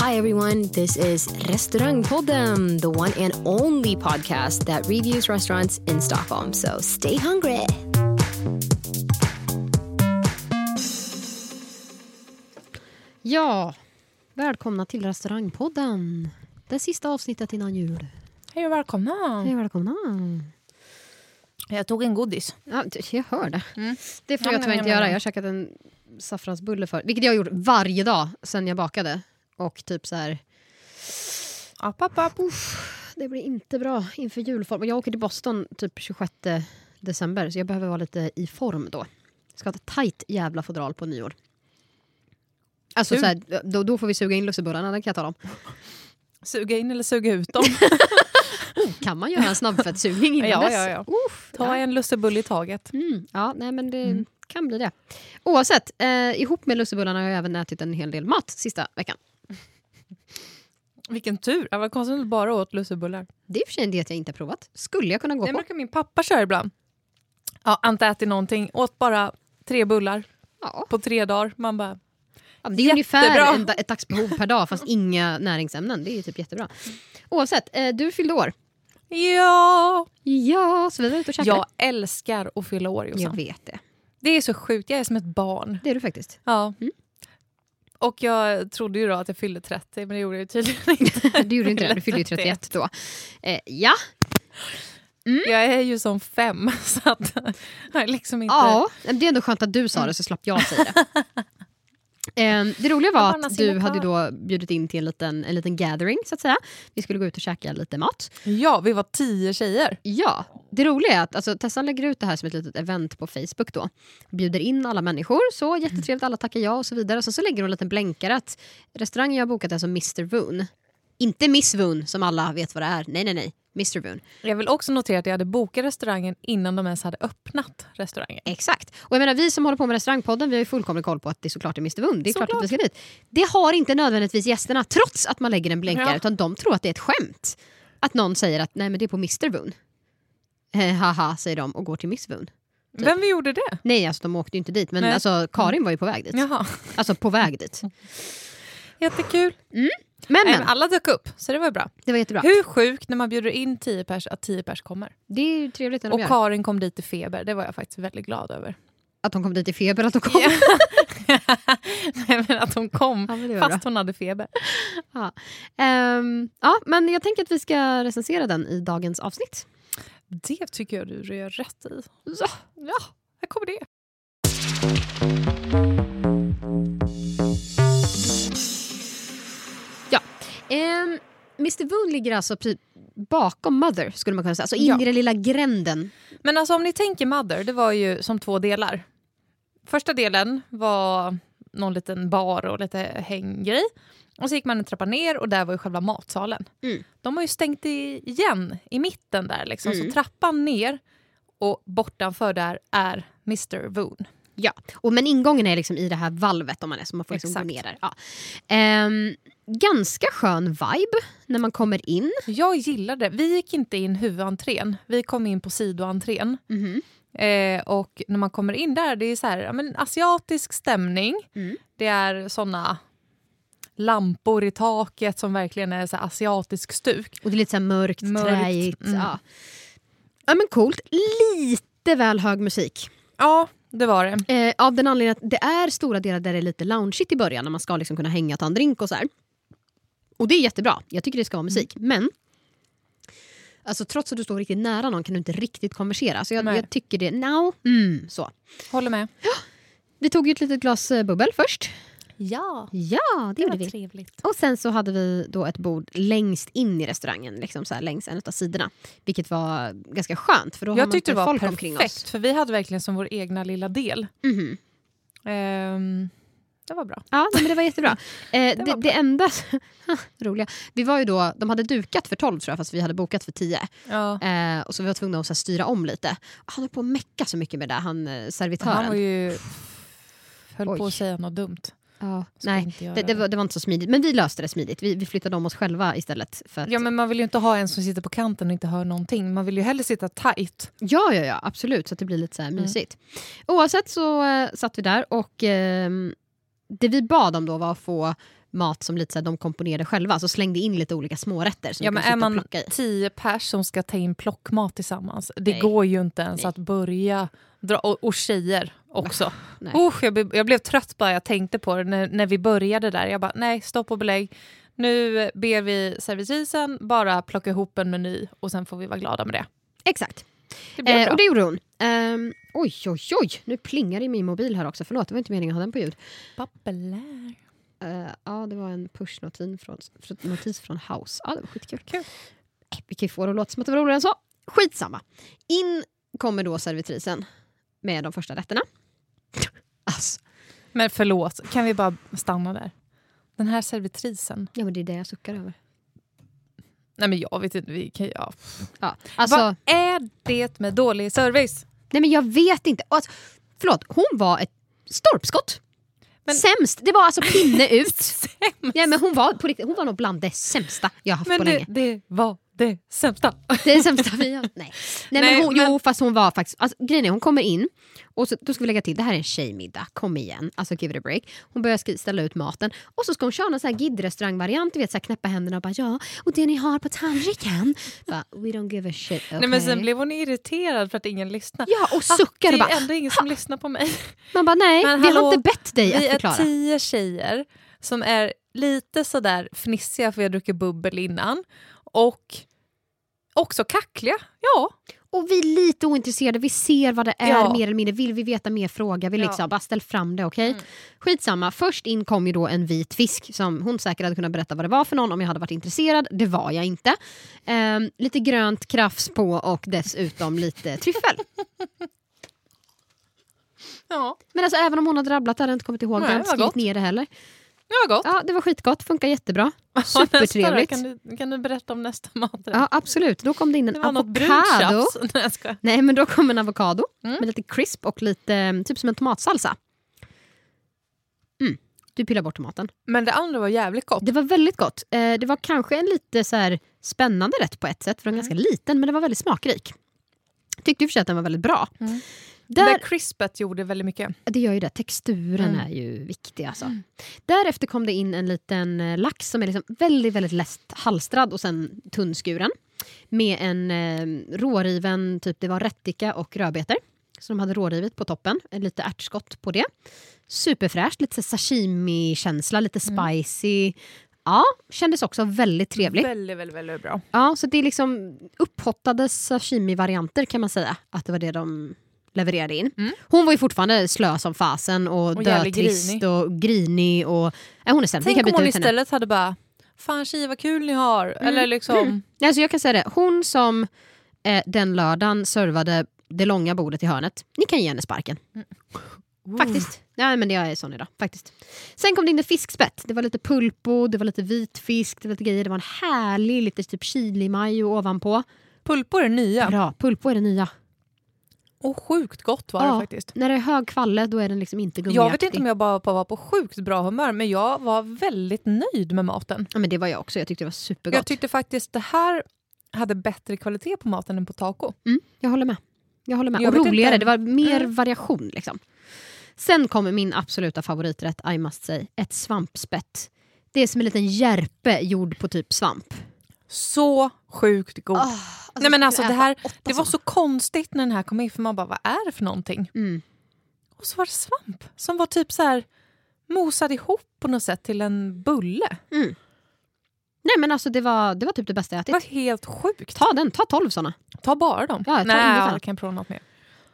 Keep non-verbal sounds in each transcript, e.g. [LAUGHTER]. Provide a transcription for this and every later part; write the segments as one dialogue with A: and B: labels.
A: Hi, everyone. This is Restaurangpodden, the one and only podcast that reviews restaurants in Stockholm. So stay hungry.
B: Ja, välkomna till restaurangpodden. Det sista avsnittet innan jul.
C: Hej och välkomna.
B: Hej välkomna.
C: Jag tog en godis.
B: Ja, det- jag hör det.
C: Mm.
B: Det får jag
C: Ja, men
B: tyvärr
C: jag
B: inte göra.
C: menar-
B: Jag har käkat en saffransbulle för, vilket jag har gjort varje dag sedan jag bakade. Och typ så här,
C: App, app, app.
B: det blir inte bra inför julform. Och Jag åker till Boston typ 26 december så jag behöver vara lite i form då. Ska ha ett tajt jävla fodral på nyår. Alltså
C: Kul.
B: så här, då, då får vi suga in lussebullarna, den kan jag ta dem.
C: Suga in eller suga ut [LAUGHS] dem.
B: Kan man göra en snabbfettsugning innan
C: [LAUGHS] Ja,
B: dess?
C: ja, ja.
B: Uff,
C: Ta en lussebulle i taget.
B: Mm, ja, nej men det kan bli det. Oavsett, eh, ihop med lussebullarna har jag även ätit en hel del mat sista veckan.
C: Vilken tur. Det var konstigt att du bara åt lussebullar.
B: Det är i och för sig en diet jag inte har provat. Skulle jag kunna gå
C: Det
B: på.
C: brukar min pappa köra ibland. Ja, inte ätit någonting. Åt bara tre bullar
B: Ja,
C: på tre dagar. Man bara...
B: Ja, men det är ungefär
C: jättebra.
B: en, da- ett dagsbehov per dag fast inga näringsämnen. Det är ju typ jättebra. Oavsett, eh, du fyllde år.
C: Ja!
B: Ja, så vi var ute och käkade.
C: Jag älskar att fylla år,
B: jag
C: Jossan.
B: vet det.
C: Det är så sjukt. Jag är som ett barn.
B: Det är du faktiskt.
C: Ja. Och jag trodde ju då att jag fyllde 30, men det gjorde jag ju tydligen inte.
B: Du gjorde ju inte det, du fyllde
C: [LAUGHS]
B: ju 31 då. Eh, ja,
C: Jag är ju som fem, [LAUGHS] så att jag är liksom inte...
B: Ja, men det är ändå skönt att du sa det så slapp jag säga det.
C: [LAUGHS]
B: Ehm, Det roliga
C: Jag
B: var
C: bara
B: att
C: sinne
B: du
C: kvar.
B: hade ju då bjudit in till en liten, en liten gathering. så att säga. Vi skulle gå ut och käka lite mat.
C: Ja, vi var tio tjejer.
B: Ja, Det roliga är att alltså, Tessan lägger ut det här som ett litet event på Facebook. då. Bjuder in alla människor, så jättetrevligt, alla tackar ja och så vidare. Och sen så lägger hon en liten blänkare att restaurangen jag har bokat är som Mr Voon. Inte Miss Voon som alla vet vad det är. Nej, nej, nej. Mr Voon.
C: Jag vill också notera att jag hade bokat restaurangen innan de ens hade öppnat restaurangen.
B: Exakt. Och jag menar, vi som håller på med restaurangpodden vi har ju fullkomlig koll på att det såklart är Mr Wund. Det är klart
C: Såklart.
B: att vi ska dit. Det har inte nödvändigtvis gästerna trots att man lägger en blänkare
C: Ja.
B: utan de tror att det är ett skämt. Att någon säger att nej men det är på Mr Wund. Eh, haha säger de och går till Miss Wund.
C: Vem vi gjorde det?
B: Nej alltså de åkte ju inte dit men
C: Nej.
B: alltså, Karin var ju på väg dit.
C: Jaha,
B: Alltså på väg dit.
C: jättekul.
B: Men
C: Nej,
B: men,
C: men alla dök upp, så det var bra.
B: det var jättebra.
C: Hur sjukt när man bjuder in tio pers att tio pers kommer.
B: Det är ju trevligt när de
C: Och
B: gör.
C: Karin kom dit i feber, det var jag faktiskt väldigt glad över.
B: Att de kom dit i feber, att de kom.
C: Ja. [LAUGHS] Nej, men att hon kom
B: [LAUGHS] Ja, men det var
C: fast hon hade feber.
B: Ehm, ja, men jag tänker att vi ska recensera den i dagens avsnitt.
C: Det tycker jag du gör rätt i.
B: Så.
C: Ja, här kommer det.
B: Ehm, Mr Boone ligger alltså precis bakom Mother, skulle man kunna säga. Alltså in
C: Ja.
B: i den lilla gränden.
C: Men alltså om ni tänker Mother, det var ju som två delar. Första delen var någon liten bar och lite hänggrej. Och så gick man en trappa ner och där var ju själva matsalen.
B: Mm.
C: De har ju stängt i- igen i mitten där liksom.
B: Mm.
C: Så trappan ner och bortanför där är Mr. Voon.
B: Ja. Och, men ingången är liksom i det här valvet, om man är så man får liksom gå
C: Exakt.
B: ner där. Ja. Ehm, ganska skön vibe när man kommer in.
C: Jag gillade det. Vi gick inte in huvudentrén, vi kom in på sidoentrén.
B: Mhm.
C: Eh, och när man kommer in där, det är så här, ja, men asiatisk stämning.
B: Mm.
C: Det är såna lampor i taket som verkligen är så här asiatisk stuk.
B: Och det är lite så här mörkt,
C: Mörkt,
B: träigt.
C: mm.
B: Ja. ja men coolt. Lite väl hög musik.
C: Ja, det var det.
B: Eh, av den anledningen att det är stora delar där det är lite loungeigt i början när man ska liksom kunna hänga och ta en drink och så här. Och det är jättebra. Jag tycker det ska vara
C: Mm.
B: musik. Men alltså, trots att du står riktigt nära någon kan du inte riktigt konversera. Så jag,
C: Nej.
B: jag tycker det, no. Mm, så.
C: Håller med.
B: Vi tog ju ett litet glas eh, bubbel först.
C: Ja,
B: Ja, det
C: det var
B: gjorde vi.
C: trevligt.
B: Och sen så hade vi då ett bord längst in i restaurangen, liksom så här längs en av sidorna. Vilket var ganska skönt för då har
C: Jag
B: man
C: tyckte
B: inte
C: det var
B: folk omkring oss.
C: perfekt, för vi hade verkligen som vår egna lilla del.
B: Mhm.
C: Ehm, det var bra.
B: Ja, nej, men det var
C: [LAUGHS]
B: jättebra. Eh, det,
C: var
B: det enda... [LAUGHS] roliga. Vi var ju då, de hade dukat för 12 tror jag fast vi hade bokat för 10.
C: Ja.
B: Eh, och så vi var tvungna att så här, styra om lite. Han höll på att mecka så mycket med det, han eh, servitören.
C: Han var ju... Höll
B: Oj.
C: på att säga något dumt. Ska
B: ja, nej,
C: inte göra
B: det, det, var, det var inte så smidigt. Men vi löste det smidigt. Vi, vi flyttade om oss själva istället. För att,
C: Ja, men man vill ju inte ha en som sitter på kanten och inte hör någonting. Man vill ju hellre sitta tight.
B: Ja, ja, ja, absolut. Så att det blir lite så här
C: Mm.
B: mysigt. Oavsett så eh, satt vi där och ehm, det vi bad om då var att få mat som lite så här, de komponerade själva. Så slängde in lite olika smårätter som
C: Ja,
B: vi kunde
C: men är
B: sitta och
C: man
B: plocka i.
C: tio pers som ska ta in plockmat tillsammans, det
B: Nej.
C: går ju inte ens
B: Nej. Ah,
C: att börja dra... Och, och tjejer också.
B: Nej.
C: Usch, jag, blev- jag blev trött bara jag tänkte på det när, när vi började där. Jag bara, nej, stopp och belägg. Nu ber vi servitrisen bara plocka ihop en meny och sen får vi vara glada med det.
B: Exakt.
C: Det blev
B: Eh,
C: bra.
B: och det gjorde hon. Ehm, oj, oj, oj. Nu plingar det i min mobil här också. Förlåt, det var inte meningen att ha den på ljud.
C: Babbelär.
B: Eh, ja, det var en pushnotis från, fr- notis från House. Ja, det var skitkul.
C: Kul.
B: Eh, Vi kan ju få det att låta som att det var roligare än så. Skitsamma. In kommer då servitrisen med de första rätterna. [LAUGHS] Alltså,
C: Men förlåt, kan vi bara stanna där? Den här servitrisen.
B: ja, men det är det jag suckar över.
C: Nej men jag vet inte, vi kan, ja.
B: Ja, alltså,
C: Vad är det med dålig service?
B: nej, men jag vet inte. Alltså, förlåt, hon var ett stolpskott.
C: Men-
B: Sämst. Det var alltså [LAUGHS] pinne ut. Ja, men hon, var, på riktigt, hon var nog bland det sämsta jag haft
C: Men
B: på
C: det,
B: länge.
C: det var det sämsta.
B: Det är det sämsta vi har. Nej. Nej,
C: Nej,
B: men hon,
C: men-
B: Jo, fast hon var faktiskt... Alltså, grejen är, hon kommer in och så, då ska vi lägga till, det här är en tjejmiddag, kom igen. Alltså give it a break. Hon börjar sk- ställa ut maten och så ska hon köra någon sån här gidrestaurangvariant, du vet så här knäppa händerna och bara ja, och det ni har på tandriken. Bara, We don't give a shit, okay?
C: Nej, men sen blev hon irriterad för att ingen lyssnar.
B: Ja, och suckar och
C: Det är
B: bara,
C: ändå ingen som lyssnar på mig.
B: man bara nej,
C: Men
B: vi
C: hallå,
B: har inte bett dig
C: Vi
B: att
C: är
B: förklara.
C: tio tjejer som är lite sådär fnissiga för vi har druckit bubbel innan. Och också kackliga. Ja,
B: Och vi är lite ointresserade, vi ser vad det är
C: Ja.
B: mer eller mindre. Vill vi veta mer fråga vi
C: Ja. Mm.
B: liksom, bara ställ fram det okej? Skitsamma, först in kom ju då en vit fisk som hon säkert hade kunnat berätta vad det var för någon om jag hade varit intresserad. Det var jag inte. Ehm, lite grönt krafs på och dessutom lite tryffel.
C: [LAUGHS] ja.
B: Men alltså även om hon hade rabblat hade jag inte kommit ihåg
C: Nej,
B: det. Jag
C: vad
B: hade skrivit
C: gott.
B: ner det heller.
C: det var gott.
B: Ja, det var skitgott, funkar jättebra.
C: Ja, nästa då.
B: Supertrevligt.
C: Kan du, kan du berätta om nästa maträtt?
B: Ja, absolut. Då kom det in en
C: det var något brunt
B: avokado.
C: tjafs. [LAUGHS] Nej, jag skojar.
B: Nej, men då kom en avokado
C: Mm.
B: med lite crisp och lite eh, typ som en tomatsalsa. Mm. Du pillar bort tomaten.
C: Men det andra var jävligt gott.
B: Det var väldigt gott. Eh, det var kanske en lite så här spännande rätt på ett sätt, för den var
C: Mm.
B: ganska liten, men den var väldigt smakrik. Tyckte i och för sig att den var väldigt bra.
C: Mm. Det
B: Där,
C: där crispet gjorde väldigt mycket.
B: det gör ju det, texturen
C: Mm.
B: är ju viktig. Alltså. Därefter kom det in en liten eh, lax som är liksom väldigt, väldigt lätt halstrad och sen tunnskuren. Med en eh, råriven, typ det var rättika och rödbetor. Så de hade rårivit på toppen, eh, lite ärtskott på det. Superfräscht, lite så här sashimi-känsla, lite spicy. Ja, kändes också väldigt trevligt.
C: Väldigt, väldigt, väldigt bra.
B: Ja, så det är liksom upphottade sashimi-varianter kan man säga. Att det var det de levererade in.
C: Mm.
B: Hon var ju fortfarande slö som fasen och,
C: Och jävligt
B: dötrist
C: grinig.
B: och grinig. Och, nej, hon är sämst. Vi kan
C: Tänk om
B: byta
C: hon
B: ut henne.
C: istället hade bara “Fan tjejer vad kul ni har” eller liksom
B: Nej, så jag kan säga det. Hon som eh, den lördagen servade det långa bordet i hörnet. Ni kan ge henne sparken.
C: Oh.
B: Faktiskt. Nej, men jag är sån idag. Faktiskt. Sen kom det in ett fiskspett. Det var lite pulpo, det var lite vit fisk, det var lite grejer. Det var en härlig lite typ chili-majo ovanpå.
C: “Pulpor är nya
B: Bra, pulpo är det nya.
C: och sjukt gott var
B: Ja.
C: det faktiskt”.
B: När det är hög kvalle då är den liksom inte gummiaktig.
C: Jag vet inte om jag bara var på sjukt bra humör men jag var väldigt nöjd med maten.
B: ja, men det var jag också, jag tyckte det var supergott.
C: Jag
B: Jag,
C: tyckte faktiskt det här hade bättre kvalitet på maten än på taco.
B: mm, jag håller med. Jag håller med.
C: Jag
B: och
C: vet
B: roligare,
C: inte.
B: det var mer
C: Mm.
B: variation. Liksom. Sen kommer min absoluta favoriträtt, I must say, ett svampspett. Det är som en liten järpe gjord på typ svamp.
C: Så sjukt god.
B: Ah,
C: Nej, men alltså,
B: jag
C: det
B: skulle
C: här-
B: äta åtta
C: det var
B: såna.
C: så konstigt när den här kom in för man bara “Vad är det för någonting?”
B: Mm.
C: och så var det svamp som var typ så här mosad ihop på något sätt till en bulle.
B: Nej men alltså det var, det var typ det bästa jag
C: Det
B: ätit.
C: var helt sjukt.
B: Ta den, ta 12 såna.
C: Ta bara dem.
B: Ja, ta
C: Nej,
B: ungefär.
C: jag kan prova något mer.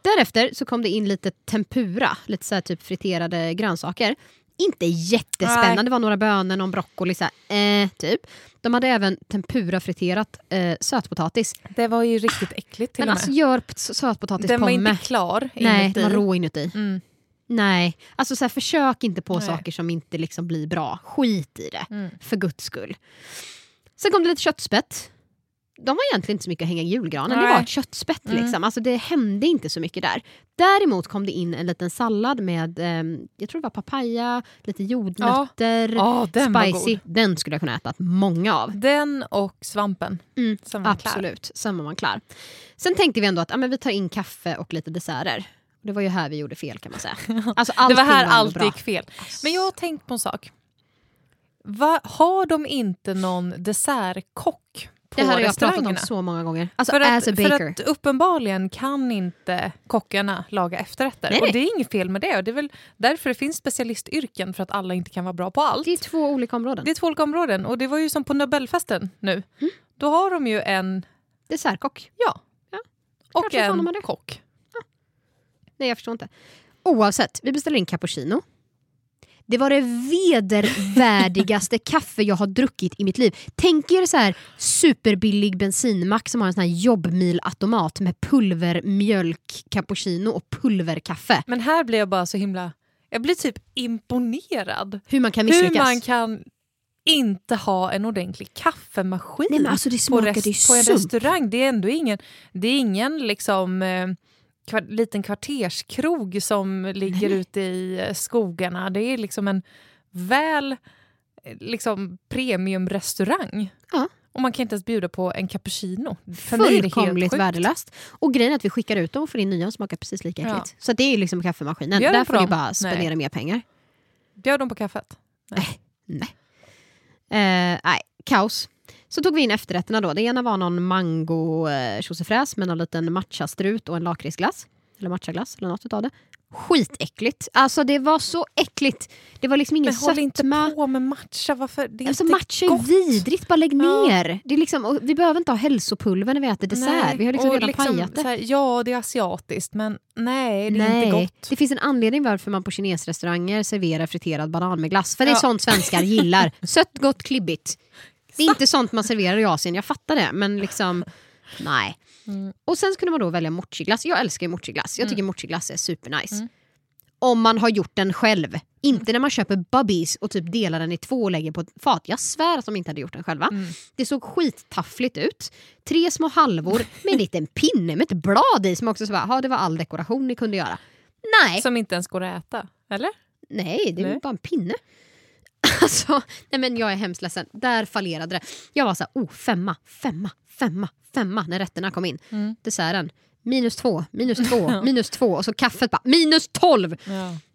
B: Därefter så kom det in lite tempura, lite så här typ friterade grönsaker. Inte jättespännande, det var några bönor, någon broccoli, så här, eh, typ. De hade även tempura friterat eh, sötpotatis.
C: Det var ju riktigt äckligt till
B: Men
C: och
B: alltså
C: med.
B: gör p- sötpotatis
C: Den var
B: pommes.
C: inte klar
B: Nej,
C: inuti.
B: den var rå inuti.
C: Mm.
B: Nej, alltså så här, försök inte på
C: Nej.
B: saker som inte liksom blir bra. Skit i det,
C: Mm.
B: för guds skull. Sen kom det lite köttspett. De var egentligen inte så mycket att hänga i julgranen, det
C: Nej.
B: var ett köttspett.
C: Mm.
B: Liksom. Alltså, det hände inte så mycket där. Däremot kom det in en liten sallad med ehm, jag tror det var papaya, lite jordnötter,
C: Ja, Ah, den var
B: spicy.
C: god.
B: Den skulle jag kunna äta många av.
C: Den och svampen.
B: Mm,
C: som var klar.
B: Absolut, sen var man klar. Sen tänkte vi ändå att ja, men vi tar in kaffe och lite desserter. Det var ju här vi gjorde fel kan man
C: [LAUGHS]
B: säga. Alltså,
C: Det
B: allting
C: var här
B: ändå
C: allt
B: bra.
C: gick fel. Men jag har tänkt på en sak. Va, har de inte någon dessertkock på
B: Det här har jag pratat om
C: restaurangerna?
B: så många gånger. Alltså,
C: för, att,
B: as a
C: för
B: baker.
C: att uppenbarligen kan inte kockarna laga efterrätter.
B: Nej, nej.
C: Och det är inget fel med det. Och det är väl därför det finns specialistyrken, för att alla inte kan vara bra på allt.
B: det är två olika områden.
C: Det är två olika områden. Och det var ju som på Nobelfesten nu.
B: Mm.
C: Då har de ju en...
B: Dessertkock.
C: Ja.
B: Ja. Klart
C: Och
B: som fan de
C: en
B: har det.
C: kock.
B: Nej, jag förstår inte. Oavsett, vi beställde in cappuccino. Det var det
C: [LAUGHS]
B: vedervärdigaste kaffe jag har druckit i mitt liv. Tänk er så här superbillig bensinmack som har en sån här jobbmilautomat med pulvermjölk cappuccino och pulverkaffe.
C: Men här blir jag bara så himla... Jag blir typ imponerad.
B: Hur man kan
C: Hur
B: misslyckas.
C: man kan inte ha en ordentlig kaffemaskin
B: Nej, men alltså, det
C: på,
B: smakade
C: rest,
B: ju
C: på en
B: sump.
C: restaurang. Det är ändå ingen, det är ingen liksom, eh, kvar, liten kvarterskrog som ligger ute i eh, skogarna. Det är liksom en väl eh, liksom, premiumrestaurang.
B: Ja.
C: Och man kan inte ens bjuda på en cappuccino. För mig är det helt
B: Fullkomligt
C: sjukt.
B: värdelöst. Och grejen är att vi skickar ut dem och får in nya som smakar precis lika
C: Ja.
B: äckligt. Så att det är ju liksom kaffemaskinen.
C: Bjöd
B: Där
C: de på
B: får ni
C: dem?
B: bara spendera mer pengar.
C: Bjöd de på kaffet?
B: Eh, nej, kaos. Så tog vi in efterrätterna då. Det ena var någon mango eh, tjosefräs med någon liten matchastrut och en lakritsglass. Eller matchaglass eller något utav det. Skitäckligt. Alltså det var så äckligt. Det var liksom ingen
C: Men håll inte
B: sötma.
C: på med matcha. Varför? Det är
B: Alltså
C: inte
B: matcha är
C: gott.
B: vidrigt, bara lägg
C: Ja.
B: ner. Det är liksom, och vi behöver inte ha hälsopulver när vi äter dessert.
C: Nej,
B: Vi har liksom
C: och
B: redan pajat det.
C: så här, ja, det är asiatiskt, men nej, det är
B: Nej,
C: inte gott.
B: det finns en anledning varför man på kinesrestauranger serverar friterad banan med glass. För det är
C: Ja.
B: sånt svenskar
C: [LAUGHS]
B: gillar. Sött, gott, klibbigt. Det är inte sånt man serverar i Asien, jag fattar det. Men liksom, nej.
C: Mm.
B: Och sen så kunde man då välja mochiglass. Jag älskar ju mochiglass. Jag tycker mochiglass är supernice.
C: Mm.
B: Om man har gjort den själv. Inte när man köper Bubbies och typ delar den i två och lägger på ett fat. Jag svär att de inte hade gjort den själva.
C: Mm.
B: Det såg skittaffligt ut. Tre små halvor med en liten pinne med ett blad i som också så bara, "Ha, det var all dekoration ni kunde göra. Nej,
C: Som inte ens går att äta, eller?
B: nej det är
C: Nej.
B: bara en pinne. [LAUGHS] Alltså, nej men jag är hemskt ledsen. Där fallerade det. Jag var så här, oh, femma, femma, femma, femma när rätterna kom in.
C: Mm.
B: Desserten, minus två, minus
C: [LAUGHS]
B: två, minus två och så kaffet bara, minus tolv!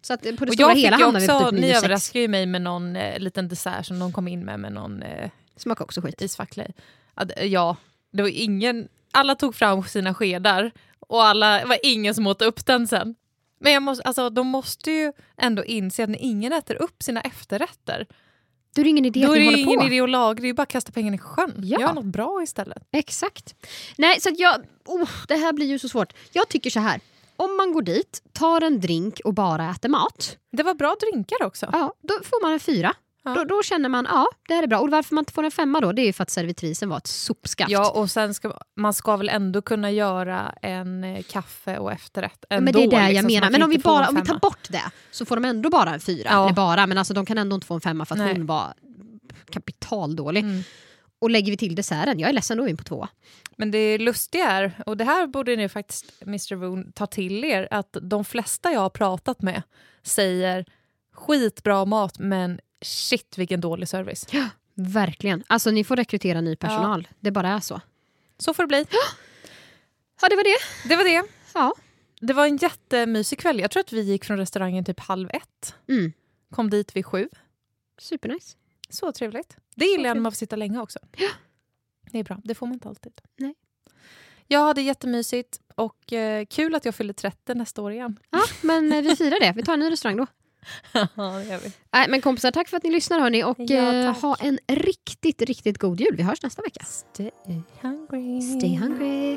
B: Så att eh, på det
C: Och
B: stora
C: jag fick
B: hela
C: ju
B: hamnade vi på
C: också,
B: typ
C: ni
B: minus sex.
C: överraskade ju mig med någon eh, liten dessert som de kom in med, med någon eh,
B: Smakar också skit.
C: isfackla i. Ja, det- Ja, det var ingen, alla tog fram sina skedar och alla, det var ingen som åt upp den sen. Men jag måste, alltså, de måste ju ändå inse att när ingen äter upp sina efterrätter,
B: Då är det ingen idé
C: då
B: att
C: är
B: ni
C: det
B: håller
C: ingen
B: på.
C: idé att lagra, det är ju bara att kasta pengarna i sjön.
B: Ja.
C: Gör något bra istället.
B: Exakt. Nej, så att jag... Oh, det här blir ju så svårt. Jag tycker så här. Om man går dit, tar en drink och bara äter mat,
C: Det var bra drinkar också.
B: ja, då får man en fyra.
C: Ja.
B: Då, då känner man ja, det här är bra. Och varför man inte får en femma då, det är ju för att servitrisen var ett sopskaft.
C: Ja, och sen ska man ska väl ändå kunna göra en eh, kaffe och efterrätt ändå.
B: men det är det
C: liksom,
B: jag
C: så
B: menar. Men
C: man kan
B: om vi,
C: inte få
B: bara,
C: en
B: om vi tar
C: femma.
B: bort det så får de ändå bara en fyra.
C: Ja.
B: Eller bara, men alltså, de kan ändå inte få en femma för att
C: Nej.
B: hon var kapitaldålig.
C: Mm.
B: Och lägger vi till desserten, jag är ledsen, då är vi på två.
C: Men det lustiga är, och det här borde ni faktiskt, Mr Woon, ta till er, att de flesta jag har pratat med säger skitbra mat, men shit vilken dålig service.
B: Verkligen. Alltså ni får rekrytera ny personal. Det bara är så.
C: Så får det bli.
B: Ja, det var det.
C: Det var det.
B: Ja.
C: Det var en jättemysig kväll. Jag tror att vi gick från restaurangen typ halv ett,
B: Mm.
C: kom dit vid sju.
B: Supernice.
C: Så trevligt. Det gillar jag när
B: trevligt.
C: man får sitta länge också.
B: Ja.
C: Det är bra, det får man inte alltid.
B: Nej.
C: Jag hade jättemysigt och eh, kul att jag fyller 30 nästa år igen.
B: Ja, men eh, vi firar det. Vi tar en ny restaurang då. Nej, Äh, men kompisar, tack för att ni lyssnar hörni och
C: Ja,
B: eh,
C: tack.
B: ha en riktigt, riktigt god jul. Vi hörs nästa vecka.
C: Stay hungry.
B: Stay hungry.